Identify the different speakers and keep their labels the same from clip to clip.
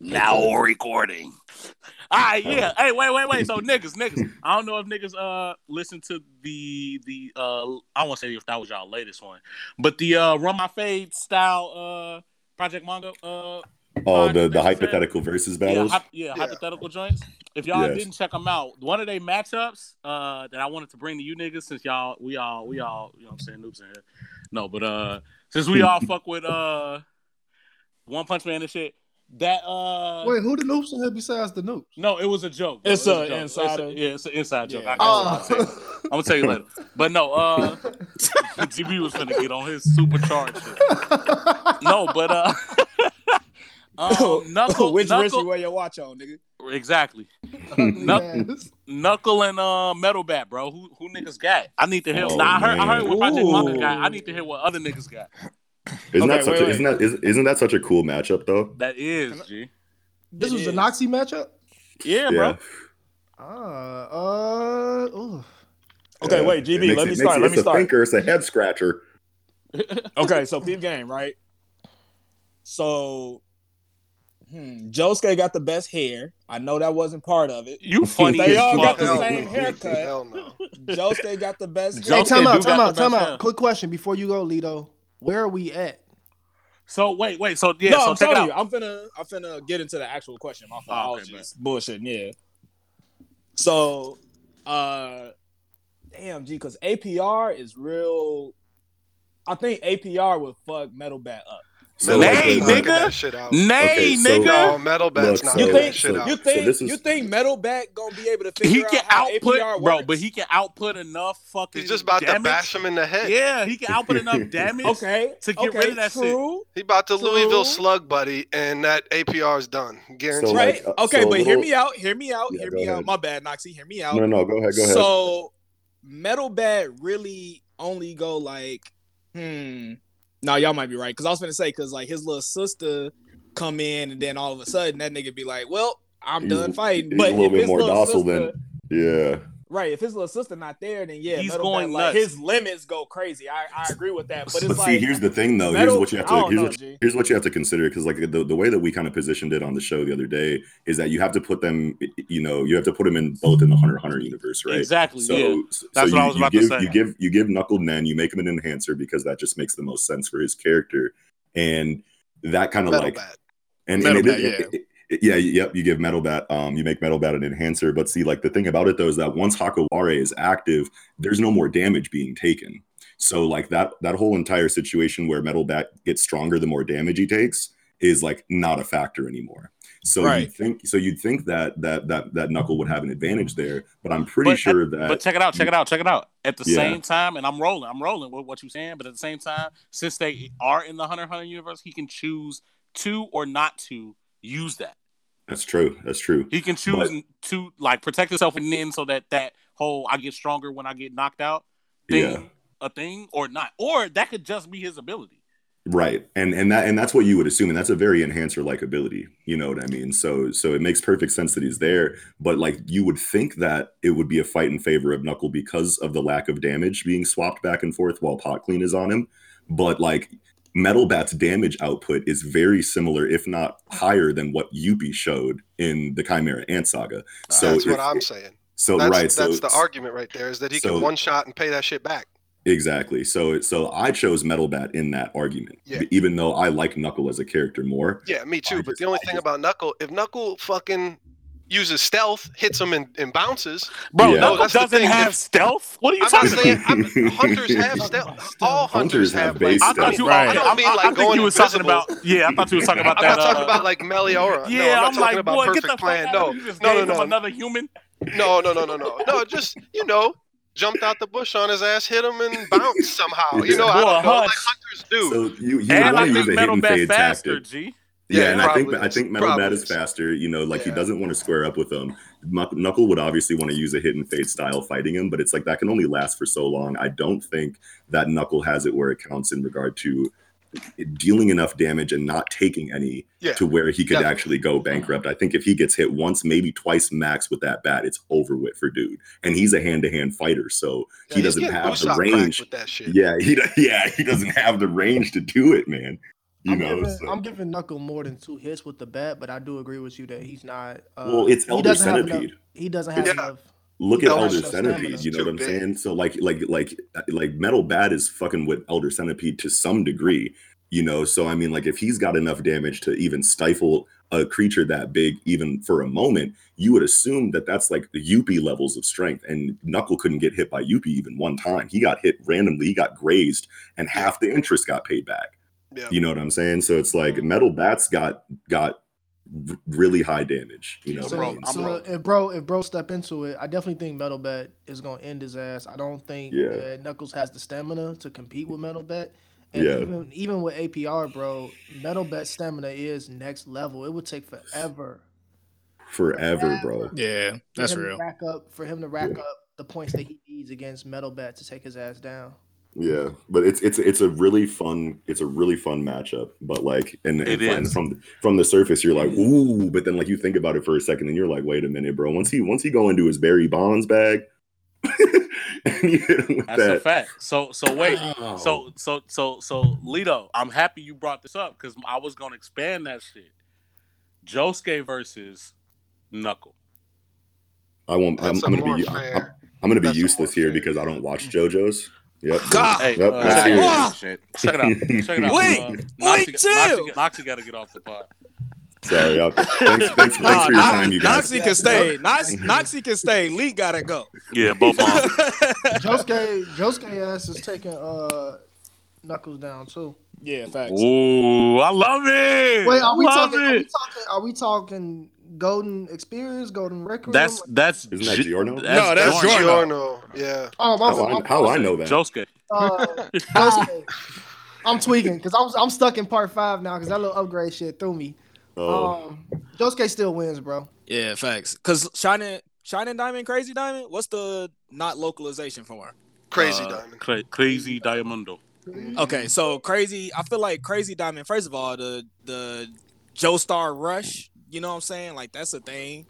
Speaker 1: Now we're recording. All right, yeah. Hey, wait, wait, wait. So niggas, niggas. I don't know if niggas uh listen to the the uh I won't say if that was y'all latest one, but the uh Run My Fade style uh Project Mongo uh podcast
Speaker 2: Oh, the, the
Speaker 1: that we said.
Speaker 2: hypothetical versus
Speaker 1: yeah,
Speaker 2: battles.
Speaker 1: hy- yeah, hypothetical joints. If y'all
Speaker 2: Yes.
Speaker 1: didn't check them out, one of their matchups uh, that I wanted to bring to you niggas, since y'all, we all, we all, you know what I'm saying, noobs in here. No, but uh, since we all fuck with uh, One Punch Man and shit, that uh,
Speaker 3: Wait, who the noobs in here besides the noobs?
Speaker 1: no, it was a joke. bro.
Speaker 4: It's
Speaker 1: It was
Speaker 4: a
Speaker 1: joke. It's
Speaker 4: insider.
Speaker 1: a- yeah, it's an inside joke.
Speaker 4: Yeah.
Speaker 1: I, oh. I'm gonna tell you later. But no, uh, GB was gonna get on his supercharged. shit. No, but uh. Um, knuckle,
Speaker 4: Which wrist you
Speaker 1: knuckle,
Speaker 4: wear your watch on, nigga?
Speaker 1: exactly.
Speaker 2: Hmm.
Speaker 1: Knuckle and uh Metal Bat, bro. Who who niggas got? I need to hear.
Speaker 2: Oh,
Speaker 1: nah, I heard, I heard what Project
Speaker 4: man.
Speaker 1: Manga got. I need to hear what other niggas got.
Speaker 2: Isn't
Speaker 4: Okay,
Speaker 2: that such
Speaker 4: wait,
Speaker 2: a,
Speaker 4: wait.
Speaker 2: isn't that is, isn't that such a cool matchup though?
Speaker 1: That is G.
Speaker 3: This
Speaker 4: It
Speaker 3: was the
Speaker 4: is.
Speaker 3: Noxie matchup.
Speaker 1: Yeah, bro.
Speaker 3: Ah, uh, ooh.
Speaker 4: Okay,
Speaker 2: Yeah.
Speaker 4: wait,
Speaker 2: It
Speaker 4: GB,
Speaker 2: makes
Speaker 4: let
Speaker 2: it-
Speaker 4: me
Speaker 2: makes
Speaker 4: start.
Speaker 2: it-
Speaker 4: Let
Speaker 2: it's
Speaker 4: me
Speaker 2: a
Speaker 4: start.
Speaker 2: thinker. It's a head scratcher.
Speaker 4: Okay, so peep game, right? So, hmm, Josuke got the best hair. I know that wasn't part of it.
Speaker 1: You funny
Speaker 4: They
Speaker 1: as
Speaker 4: all
Speaker 1: fuck.
Speaker 4: got the same haircut.
Speaker 5: Hell no.
Speaker 4: Josuke got the best
Speaker 1: Josuke
Speaker 3: Hey,
Speaker 4: hair.
Speaker 3: time
Speaker 1: do
Speaker 3: out,
Speaker 1: got
Speaker 3: time
Speaker 1: the
Speaker 3: out,
Speaker 1: best
Speaker 3: time
Speaker 1: hair.
Speaker 3: out. Quick question before you go, Lito. Where are we at?
Speaker 1: So wait, wait. So yeah,
Speaker 4: no,
Speaker 1: so
Speaker 4: I'm
Speaker 1: check it
Speaker 4: telling you,
Speaker 1: out.
Speaker 4: I'm finna, I'm finna get into the actual question. My fault.
Speaker 1: Oh,
Speaker 4: I was
Speaker 1: okay,
Speaker 4: just bullshitting, yeah. So, uh, damn, G, because APR is real. I think APR would fuck Metal Bat up.
Speaker 2: So
Speaker 1: Nay,
Speaker 2: like,
Speaker 5: Bat's
Speaker 2: the-
Speaker 1: nigga.
Speaker 5: not getting that shit out.
Speaker 1: Nay,
Speaker 2: Okay, so-
Speaker 1: nigga.
Speaker 5: No, metal
Speaker 2: Look,
Speaker 5: bat's not
Speaker 2: so-
Speaker 4: You
Speaker 5: getting
Speaker 4: think
Speaker 5: that shit out.
Speaker 4: you think
Speaker 2: this is-
Speaker 4: you think Metal Bat gonna be able to figure
Speaker 1: he
Speaker 4: out
Speaker 1: can
Speaker 4: how
Speaker 1: output,
Speaker 4: APR works?
Speaker 1: bro, but he can output enough fucking.
Speaker 5: He's just about
Speaker 1: damage.
Speaker 5: to bash him in the head.
Speaker 1: Yeah, he can output enough damage.
Speaker 4: okay
Speaker 1: to get
Speaker 4: okay,
Speaker 1: rid of that shit.
Speaker 4: true,
Speaker 5: He about to
Speaker 4: True.
Speaker 5: Louisville slug, buddy, and that APR is done. Guaranteed.
Speaker 2: So,
Speaker 4: right?
Speaker 2: like, uh,
Speaker 4: okay,
Speaker 2: so a
Speaker 4: but hear
Speaker 2: little-
Speaker 4: me out. Hear me out.
Speaker 2: Yeah,
Speaker 4: hear
Speaker 2: go
Speaker 4: me out.
Speaker 2: ahead.
Speaker 4: My bad, Noxie. Hear me out.
Speaker 2: No, no, go ahead, go ahead.
Speaker 4: So Metal Bat really only go like, hmm. No, y'all might be right because I was gonna say because like his little sister come in and then all of a sudden that nigga be like, well, I'm
Speaker 2: He's-
Speaker 4: done fighting.
Speaker 2: he's
Speaker 4: but
Speaker 2: a little
Speaker 4: if
Speaker 2: bit
Speaker 4: his
Speaker 2: more
Speaker 4: little
Speaker 2: docile
Speaker 4: sister-
Speaker 2: than- yeah,
Speaker 4: right. If his little sister not there, then yeah,
Speaker 1: He's
Speaker 4: Metal
Speaker 1: going
Speaker 4: Bat, like,
Speaker 1: nuts.
Speaker 4: his limits go crazy. I, I agree with that, but it's
Speaker 2: but
Speaker 4: like
Speaker 2: see, here's the thing though. Here's
Speaker 4: Metal-
Speaker 2: what you have
Speaker 4: I
Speaker 2: to
Speaker 4: don't
Speaker 2: here's
Speaker 4: know,
Speaker 2: what,
Speaker 4: G.
Speaker 2: here's what you have to consider because like the, the way that we kind of positioned it on the show the other day is that you have to put them, you know, you have to put them in both in the hunter hunter universe, right?
Speaker 1: Exactly.
Speaker 2: So,
Speaker 1: yeah.
Speaker 2: so
Speaker 1: That's
Speaker 2: you,
Speaker 1: what I was
Speaker 2: you
Speaker 1: about to
Speaker 2: give,
Speaker 1: say.
Speaker 2: You give you give Knuckle Nen, you make him an enhancer because that just makes the most sense for his character, and that kind of
Speaker 5: metal
Speaker 2: like
Speaker 5: bat.
Speaker 2: and,
Speaker 4: Metal
Speaker 2: and it-
Speaker 4: Bat,
Speaker 2: it- it- it- yeah, yep. You give Metal Bat, um, you make Metal Bat an enhancer. But see, like the thing about it though is that once Hakaware is active, there's no more damage being taken. So like that that whole entire situation where Metal Bat gets stronger the more damage he takes is like not a factor anymore. So you
Speaker 4: Right.
Speaker 2: think so you'd think that that that that Knuckle would have an advantage there, but I'm pretty
Speaker 1: But-
Speaker 2: sure that
Speaker 1: But check it out, check it out, check it out. At the
Speaker 2: uh, Yeah.
Speaker 1: same time, and I'm rolling, I'm rolling with what you're saying, but at the same time, since they are in the Hunter x Hunter universe, he can choose to or not to use that.
Speaker 2: that's true. That's true.
Speaker 1: He can choose to like protect himself and then so that that whole I get stronger when I get knocked out thing
Speaker 2: Yeah.
Speaker 1: a thing or not. Or that could just be his ability.
Speaker 2: Right. And and that and that's what you would assume. And that's a very enhancer like ability. You know what I mean? So so it makes perfect sense that he's there. But like you would think that it would be a fight in favor of Knuckle because of the lack of damage being swapped back and forth while Pot Clean is on him. But like Metal Bat's damage output is very similar, if not higher, than what Yuppie showed in the Chimera Ant saga. So
Speaker 5: Uh, that's
Speaker 2: if-
Speaker 5: what I'm saying.
Speaker 2: so
Speaker 5: that's
Speaker 2: right. so
Speaker 5: that's the argument right there is that he
Speaker 2: so-
Speaker 5: can one shot and pay that shit back.
Speaker 2: Exactly. So so I chose Metal Bat in that argument.
Speaker 5: Yeah.
Speaker 2: Even though I like Knuckle as a character more.
Speaker 5: Yeah, me too.
Speaker 2: I
Speaker 5: but
Speaker 2: just-
Speaker 5: the only
Speaker 2: I
Speaker 5: thing
Speaker 2: just-
Speaker 5: about Knuckle, if Knuckle fucking uses stealth, hits him and, and bounces.
Speaker 1: Bro,
Speaker 2: Yeah.
Speaker 1: Knuckle
Speaker 5: That's the
Speaker 1: doesn't
Speaker 5: thing.
Speaker 1: have stealth. What are you
Speaker 5: I'm not
Speaker 1: talking
Speaker 5: saying
Speaker 1: about?
Speaker 5: I'm, hunters have
Speaker 3: Talking
Speaker 5: stealth.
Speaker 3: about stealth.
Speaker 5: All
Speaker 2: Hunters
Speaker 5: hunters,
Speaker 2: have
Speaker 5: have like,
Speaker 2: base
Speaker 1: I thought
Speaker 2: stealth.
Speaker 1: you
Speaker 4: Right.
Speaker 1: I, don't,
Speaker 5: I don't mean,
Speaker 1: I- I
Speaker 5: like,
Speaker 1: think
Speaker 5: going
Speaker 1: you was talking
Speaker 5: invisible.
Speaker 1: about yeah, I thought you was talking about
Speaker 5: I'm
Speaker 1: that.
Speaker 5: not talking
Speaker 1: uh,
Speaker 5: about like Meliora.
Speaker 1: yeah,
Speaker 5: no, I'm not
Speaker 1: I'm
Speaker 5: talking
Speaker 1: like,
Speaker 5: about
Speaker 1: boy, get
Speaker 5: perfect
Speaker 1: the fuck
Speaker 5: plan.
Speaker 1: out
Speaker 5: no,
Speaker 1: of here. You just
Speaker 5: no,
Speaker 1: gave
Speaker 5: no,
Speaker 1: him
Speaker 5: no,
Speaker 1: another human.
Speaker 5: No, no, no, no, no, no. Just you know, jumped out the bush on his ass, hit him, and bounced somehow. You know, I
Speaker 1: Boy,
Speaker 5: don't know, like
Speaker 1: hush.
Speaker 5: hunters do.
Speaker 2: So you, you
Speaker 1: And I
Speaker 2: want to use
Speaker 1: think
Speaker 2: a
Speaker 1: Metal
Speaker 2: hidden
Speaker 1: Bat
Speaker 2: fade
Speaker 1: faster,
Speaker 2: tactic.
Speaker 1: G.
Speaker 2: Yeah,
Speaker 5: Yeah,
Speaker 2: and I think
Speaker 5: probably
Speaker 2: I
Speaker 5: is.
Speaker 2: think Metal Bat
Speaker 5: Probably
Speaker 2: is
Speaker 5: is.
Speaker 2: faster. You know, like he
Speaker 5: Yeah.
Speaker 2: doesn't want to square up with them. Knuck- Knuckle would obviously want to use a hidden fade style fighting him, but it's like that can only last for so long. I don't think that Knuckle has it where it counts in regard to dealing enough damage and not taking any
Speaker 5: Yeah.
Speaker 2: to where he could
Speaker 5: Definitely.
Speaker 2: actually go bankrupt. I think if he gets hit once, maybe twice max with that bat, it's over with for dude. And he's a hand to hand fighter, so he
Speaker 5: Yeah, he's
Speaker 2: doesn't
Speaker 5: getting
Speaker 2: have
Speaker 5: boots
Speaker 2: the
Speaker 5: out cracked
Speaker 2: range
Speaker 5: with that shit.
Speaker 2: Yeah, he do- yeah he doesn't have the range to do it, man. You
Speaker 3: I'm,
Speaker 2: know,
Speaker 3: giving,
Speaker 2: so-
Speaker 3: I'm giving Knuckle more than two hits with the bat, but I do agree with you that he's not. Uh,
Speaker 2: well, it's
Speaker 3: he
Speaker 2: Elder
Speaker 3: doesn't have enough-
Speaker 2: Centipede.
Speaker 3: He doesn't have
Speaker 5: Yeah.
Speaker 3: enough.
Speaker 2: Look
Speaker 5: He
Speaker 2: at
Speaker 5: don't
Speaker 2: Elder
Speaker 3: have enough stamina.
Speaker 2: Centipede. You know
Speaker 5: Too
Speaker 2: what I'm
Speaker 5: big.
Speaker 2: saying? So like like like like Metal Bat is fucking with Elder Centipede to some degree. You know, so I mean, like if he's got enough damage to even stifle a creature that big, even for a moment, you would assume that that's like the Yuppie levels of strength. And Knuckle couldn't get hit by Yuppie even one time. He got hit randomly. He got grazed, and half the interest got paid back.
Speaker 5: Yeah.
Speaker 2: You know what I'm saying? So it's like metal bats got got r- really high damage. You know,
Speaker 3: so,
Speaker 1: wrong. I'm
Speaker 3: so
Speaker 1: wrong.
Speaker 3: if bro, if bro step into it, I definitely think Metal Bat is gonna end his ass. I don't think
Speaker 2: Yeah.
Speaker 3: that Knuckles has the stamina to compete with Metal Bat. And
Speaker 2: Yeah.
Speaker 3: even, even with APR, bro, Metal Bat stamina is next level. It would take forever.
Speaker 2: forever, bro.
Speaker 4: Yeah,
Speaker 3: for
Speaker 4: that's
Speaker 3: him to
Speaker 4: real.
Speaker 3: Rack up for him to rack
Speaker 2: Yeah.
Speaker 3: up the points that he needs against Metal Bat to take his ass down.
Speaker 2: Yeah, but it's it's it's a really fun it's a really fun matchup. But like, and, and
Speaker 1: It
Speaker 2: and
Speaker 1: is.
Speaker 2: from from the surface, you're like, ooh, but then like you think about it for a second, and you're like, wait a minute, bro. Once he once he go into his Barry Bonds bag, and you hit him with
Speaker 1: That's a
Speaker 2: that.
Speaker 1: fact. So so wait. So so so so Lito, I'm happy you brought this up because I was gonna expand that shit. Josuke versus Knuckle.
Speaker 2: I won't. I'm,
Speaker 5: That's a
Speaker 2: I'm gonna
Speaker 5: more
Speaker 2: be I,
Speaker 5: fair.
Speaker 2: am gonna be
Speaker 5: That's a
Speaker 2: useless
Speaker 5: more
Speaker 2: here
Speaker 5: fair-
Speaker 2: because I don't watch JoJo's. Yep.
Speaker 4: God.
Speaker 1: Hey,
Speaker 2: Yep,
Speaker 1: uh,
Speaker 2: let's
Speaker 1: check,
Speaker 2: hear
Speaker 1: it
Speaker 2: it.
Speaker 1: out. Shit. check it out. Check it out.
Speaker 4: Wait,
Speaker 1: uh,
Speaker 2: wait,
Speaker 1: Noxie-
Speaker 4: chill.
Speaker 1: Noxie- Noxie gotta get off the pod.
Speaker 2: Sorry. I, thanks, thanks, thanks
Speaker 4: Nah,
Speaker 2: for your
Speaker 4: Nox-
Speaker 2: time, you guys.
Speaker 4: Noxie can stay. Nox- Noxie can stay. Lee gotta go.
Speaker 1: Yeah, both of them.
Speaker 3: Josuke, Josuke ass is taking uh Knuckles down too.
Speaker 4: yeah, facts.
Speaker 1: Ooh, I love it.
Speaker 3: Wait, are we,
Speaker 1: love
Speaker 3: talking, are we
Speaker 1: it.
Speaker 3: talking? Are we talking Golden Experience, Golden Record?
Speaker 1: That's that's
Speaker 2: Isn't that
Speaker 1: Ju-
Speaker 2: Giorno?
Speaker 4: No, Oh, that's
Speaker 1: Giorno.
Speaker 4: Giorno.
Speaker 5: Giorno. Yeah.
Speaker 3: oh my,
Speaker 2: How
Speaker 3: fault,
Speaker 2: I, how I know that?
Speaker 1: Josuke.
Speaker 3: uh, Josuke. I'm tweaking because I'm I'm stuck in part five now because that little upgrade shit threw me.
Speaker 2: Oh,
Speaker 3: Um, Josuke still wins, bro.
Speaker 4: Yeah, facts. Cause shining, shining diamond, crazy diamond. What's the not localization for?
Speaker 5: Crazy
Speaker 1: Uh,
Speaker 5: diamond.
Speaker 1: Cra- crazy Diamondo.
Speaker 4: Okay, so crazy. I feel like crazy diamond. First of all, the the Joe Star Rush. You know what I'm saying? Like that's a thing.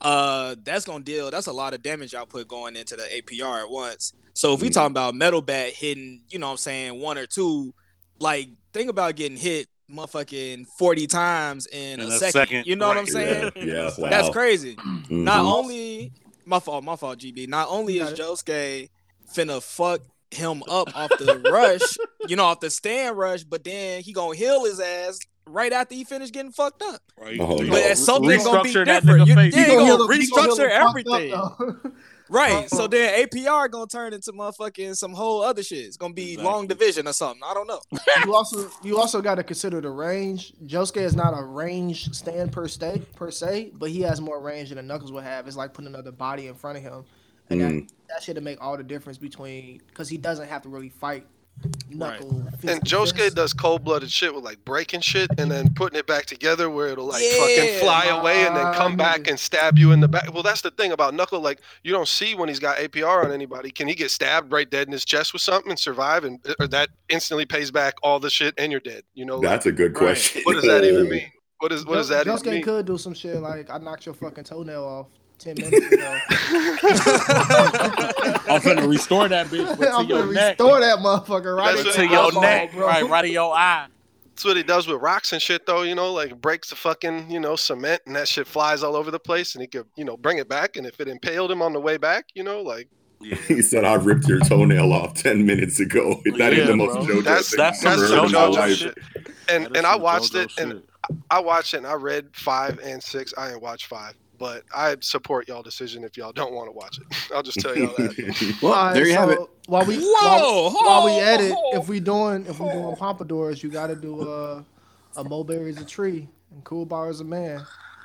Speaker 4: Uh, that's gonna deal. That's a lot of damage output going into the APR at once. So if we
Speaker 2: Mhm.
Speaker 4: talking about metal bat hitting, you know what I'm saying one or two, like think about getting hit motherfucking 40 times in, a, second, You know what I'm
Speaker 1: Right.
Speaker 4: saying?
Speaker 2: Yeah, yeah, wow.
Speaker 4: That's crazy.
Speaker 2: mhm.
Speaker 4: Not only my fault, my fault, GB. Not only
Speaker 3: You
Speaker 4: is Josuke finna fuck him up off the rush, you know, off the stand rush, but then he gonna heal his ass right after he finished getting fucked up.
Speaker 1: Right.
Speaker 2: Oh,
Speaker 1: You
Speaker 2: no.
Speaker 4: But
Speaker 1: gonna
Speaker 4: at something gonna be
Speaker 1: restructure that
Speaker 4: different.
Speaker 1: nigga
Speaker 4: You, yeah,
Speaker 1: face.
Speaker 4: he
Speaker 1: You
Speaker 4: gonna,
Speaker 3: heal him- you gonna heal him fucked
Speaker 4: restructure
Speaker 3: up,
Speaker 4: everything,
Speaker 3: though.
Speaker 4: right?
Speaker 3: Uh-huh.
Speaker 4: So then APR gonna turn into motherfucking some whole other shit. It's gonna be
Speaker 1: Exactly.
Speaker 4: long division or something. I don't know.
Speaker 3: you also you also got to consider the range. Josuke is not a range stand per se per se, but he has more range than the Knuckles would have. It's like putting another body in front of him, and
Speaker 2: Mm.
Speaker 3: that, that shit to make all the difference between because he doesn't have to really fight Knuckle. fist
Speaker 5: And
Speaker 3: to
Speaker 5: Josuke
Speaker 3: fist.
Speaker 5: does cold blooded shit with like breaking shit and then putting it back together where it'll like
Speaker 4: Yeah,
Speaker 5: fucking fly away and then come
Speaker 3: my
Speaker 5: back
Speaker 3: nigga.
Speaker 5: and stab you in the back. Well, that's the thing about Knuckle. Like, you don't see when he's got APR on anybody. Can he get stabbed right dead in his chest with something and survive? And or that instantly pays back all the shit and you're dead. You know, like,
Speaker 2: That's a good
Speaker 4: Right.
Speaker 2: question.
Speaker 5: what does that even
Speaker 2: Oh.
Speaker 5: mean? What is what does
Speaker 3: Jo-
Speaker 5: that
Speaker 3: Josuke
Speaker 5: even mean?
Speaker 3: could do some shit like I knocked your fucking toenail off ten minutes ago.
Speaker 1: I'm finna restore that bitch but to
Speaker 3: I'm
Speaker 1: your
Speaker 3: gonna
Speaker 1: neck.
Speaker 3: restore that motherfucker right
Speaker 5: That's
Speaker 1: But
Speaker 3: in
Speaker 5: what
Speaker 1: to
Speaker 5: it
Speaker 3: the
Speaker 1: your
Speaker 3: eyeball,
Speaker 1: neck,
Speaker 3: bro.
Speaker 1: right, right in your eye.
Speaker 5: That's what he does with rocks and shit, though. You know, like breaks the fucking you know cement, and that shit flies all over the place, and he could you know bring it back. And if it impaled him on the way back, you know, like
Speaker 1: Yeah.
Speaker 2: He said, "I ripped your toenail off ten minutes ago." That
Speaker 1: Yeah,
Speaker 2: ain't the most
Speaker 1: bro.
Speaker 2: JoJo
Speaker 5: That's-
Speaker 2: thing
Speaker 1: that's
Speaker 2: I've ever
Speaker 1: some
Speaker 2: heard in my
Speaker 1: JoJo
Speaker 2: life.
Speaker 5: shit. and
Speaker 1: That is
Speaker 5: and I
Speaker 1: some
Speaker 5: watched
Speaker 1: JoJo
Speaker 5: it, and
Speaker 1: shit.
Speaker 5: I watched it, and I read five and six. I didn't watch five, but I support y'all decision if y'all don't want to watch it. I'll just tell y'all that.
Speaker 2: well,
Speaker 3: All right,
Speaker 2: there you have it.
Speaker 3: so While we while,
Speaker 4: Whoa!
Speaker 3: while we
Speaker 4: ho,
Speaker 3: at it,
Speaker 4: ho.
Speaker 3: if we doing if we doing pompadours, you gotta do uh, a mulberry is a tree and cool bar is a man.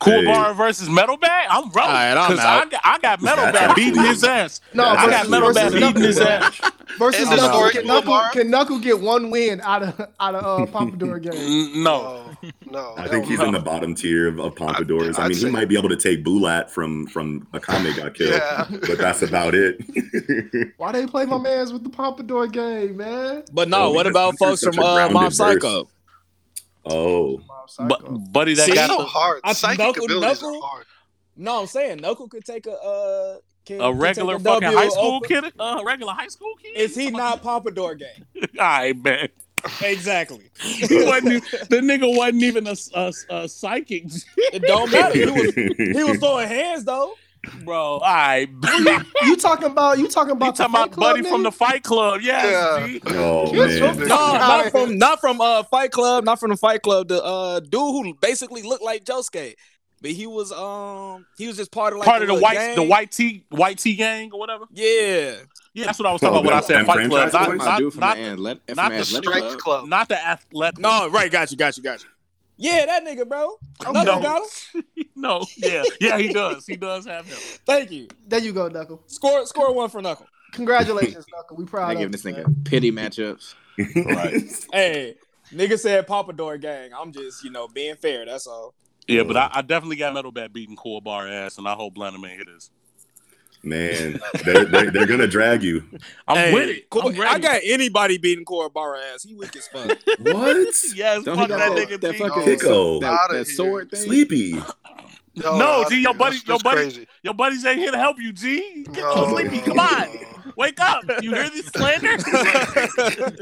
Speaker 1: Cool
Speaker 2: Hey.
Speaker 1: Bar versus Metal Bag. I'm rolling.
Speaker 4: All right, I'm
Speaker 1: 'Cause
Speaker 4: out.
Speaker 1: I got, I got Metal
Speaker 2: That's
Speaker 1: Bag beating
Speaker 2: actually-
Speaker 1: his ass.
Speaker 3: No,
Speaker 1: I got
Speaker 3: versus-
Speaker 1: Metal Bat
Speaker 3: versus
Speaker 1: beating his
Speaker 3: Knuckles.
Speaker 1: ass.
Speaker 3: Versus
Speaker 5: And
Speaker 1: the
Speaker 3: Knuckle,
Speaker 1: story
Speaker 3: can
Speaker 5: cool
Speaker 3: Knuckle,
Speaker 5: bar?
Speaker 3: can Knuckle get one win out of out of uh, pompadour game?
Speaker 1: N- No.
Speaker 5: No, Oh, no.
Speaker 2: I think
Speaker 5: hell
Speaker 2: he's
Speaker 5: no.
Speaker 2: in the bottom tier of, of pompadours. I,
Speaker 5: I'd
Speaker 2: mean, he
Speaker 5: say-
Speaker 2: might be able to take Bulat from from a comic got killed,
Speaker 5: Yeah.
Speaker 2: but that's about it.
Speaker 3: Why they play my man's with the pompadour game, man?
Speaker 4: But no,
Speaker 2: Oh,
Speaker 4: what
Speaker 2: because
Speaker 4: about
Speaker 2: Hunter's
Speaker 4: folks
Speaker 2: such
Speaker 4: from
Speaker 2: a
Speaker 4: uh,
Speaker 2: grounded
Speaker 4: Mob
Speaker 2: verse.
Speaker 4: Psycho?
Speaker 2: oh,
Speaker 3: Mob
Speaker 1: But
Speaker 3: Psycho.
Speaker 1: buddy that
Speaker 4: See,
Speaker 5: It's
Speaker 1: got
Speaker 5: so
Speaker 1: the,
Speaker 5: hard.
Speaker 4: I-
Speaker 5: Psychic
Speaker 4: knuckle-
Speaker 5: abilities
Speaker 4: knuckle?
Speaker 5: are hard.
Speaker 4: No, I'm saying Noku could take a uh, can,
Speaker 1: a
Speaker 4: can take
Speaker 1: regular
Speaker 4: a
Speaker 1: fucking
Speaker 4: W
Speaker 1: high school
Speaker 4: over-
Speaker 1: kid. A regular high school kid.
Speaker 4: Is he not Pompadour gang?
Speaker 1: All right, man.
Speaker 4: Exactly.
Speaker 1: He wasn't, e- the nigga wasn't even a, a, a psychic,
Speaker 4: It don't matter. He was he was throwing hands though.
Speaker 1: bro. All right,
Speaker 3: You talking about you talking
Speaker 1: You
Speaker 3: about
Speaker 1: talking about Buddy from the Fight Club? Yes,
Speaker 5: Yeah.
Speaker 1: G.
Speaker 2: oh
Speaker 5: Yes,
Speaker 2: man.
Speaker 4: No, not
Speaker 3: Alright.
Speaker 4: from not from uh Fight Club, not from the Fight Club. The uh dude who basically looked like Josuke, but he was um he was just part of like
Speaker 1: part of the
Speaker 4: little
Speaker 1: white
Speaker 4: gang.
Speaker 1: the white tea white tea gang or whatever.
Speaker 4: Yeah,
Speaker 1: Yeah, that's what I was talking
Speaker 2: Oh,
Speaker 1: about when I
Speaker 2: the
Speaker 1: said Fight Club.
Speaker 2: franchise
Speaker 1: Not,
Speaker 2: boys?
Speaker 1: not,
Speaker 6: my dude from
Speaker 1: not-
Speaker 6: the Atlet- from
Speaker 1: not
Speaker 6: the
Speaker 5: The
Speaker 6: athletic
Speaker 5: strength
Speaker 6: club.
Speaker 5: club.
Speaker 1: not the athletic.
Speaker 4: no, right, got you, got you, got you. Yeah, that nigga, bro.
Speaker 3: I'm
Speaker 4: Another
Speaker 1: done.
Speaker 4: got him.
Speaker 1: no, yeah, yeah, he does. He does have him.
Speaker 4: Thank you.
Speaker 3: There you go, Knuckle.
Speaker 4: Score, score one for Knuckle.
Speaker 3: Congratulations, Knuckle. We proud
Speaker 6: I
Speaker 3: of
Speaker 6: give this
Speaker 3: you, man.
Speaker 6: nigga pity matchups.
Speaker 4: Hey, nigga said Papa Door gang. I'm just you know being fair. That's all.
Speaker 1: Yeah, but I, I definitely got metal bat beating core bar ass, and I hope Blanham ain't hit this.
Speaker 2: Man, they're, they're, they're gonna drag you.
Speaker 1: I'm
Speaker 4: Hey,
Speaker 1: with it.
Speaker 4: Cor-
Speaker 1: I'm ready.
Speaker 4: I got anybody beating Cora Barra ass. He weak as fuck.
Speaker 2: What?
Speaker 1: yes,
Speaker 6: Don't
Speaker 1: fuck
Speaker 6: he
Speaker 1: that
Speaker 6: got that,
Speaker 1: nigga.
Speaker 6: that
Speaker 1: G.
Speaker 6: fucking
Speaker 2: Pico.
Speaker 6: that,
Speaker 5: Outta
Speaker 6: that
Speaker 5: here.
Speaker 6: sword thing?
Speaker 2: Sleepy.
Speaker 1: No,
Speaker 5: I-
Speaker 1: G, your
Speaker 5: that's-
Speaker 1: buddy- your
Speaker 5: that's
Speaker 1: buddy-
Speaker 5: crazy.
Speaker 1: Your buddies ain't here to help you, G. Get
Speaker 5: No,
Speaker 1: sleepy.
Speaker 5: no,
Speaker 1: Come on,
Speaker 5: no.
Speaker 1: wake up. You hear this slander?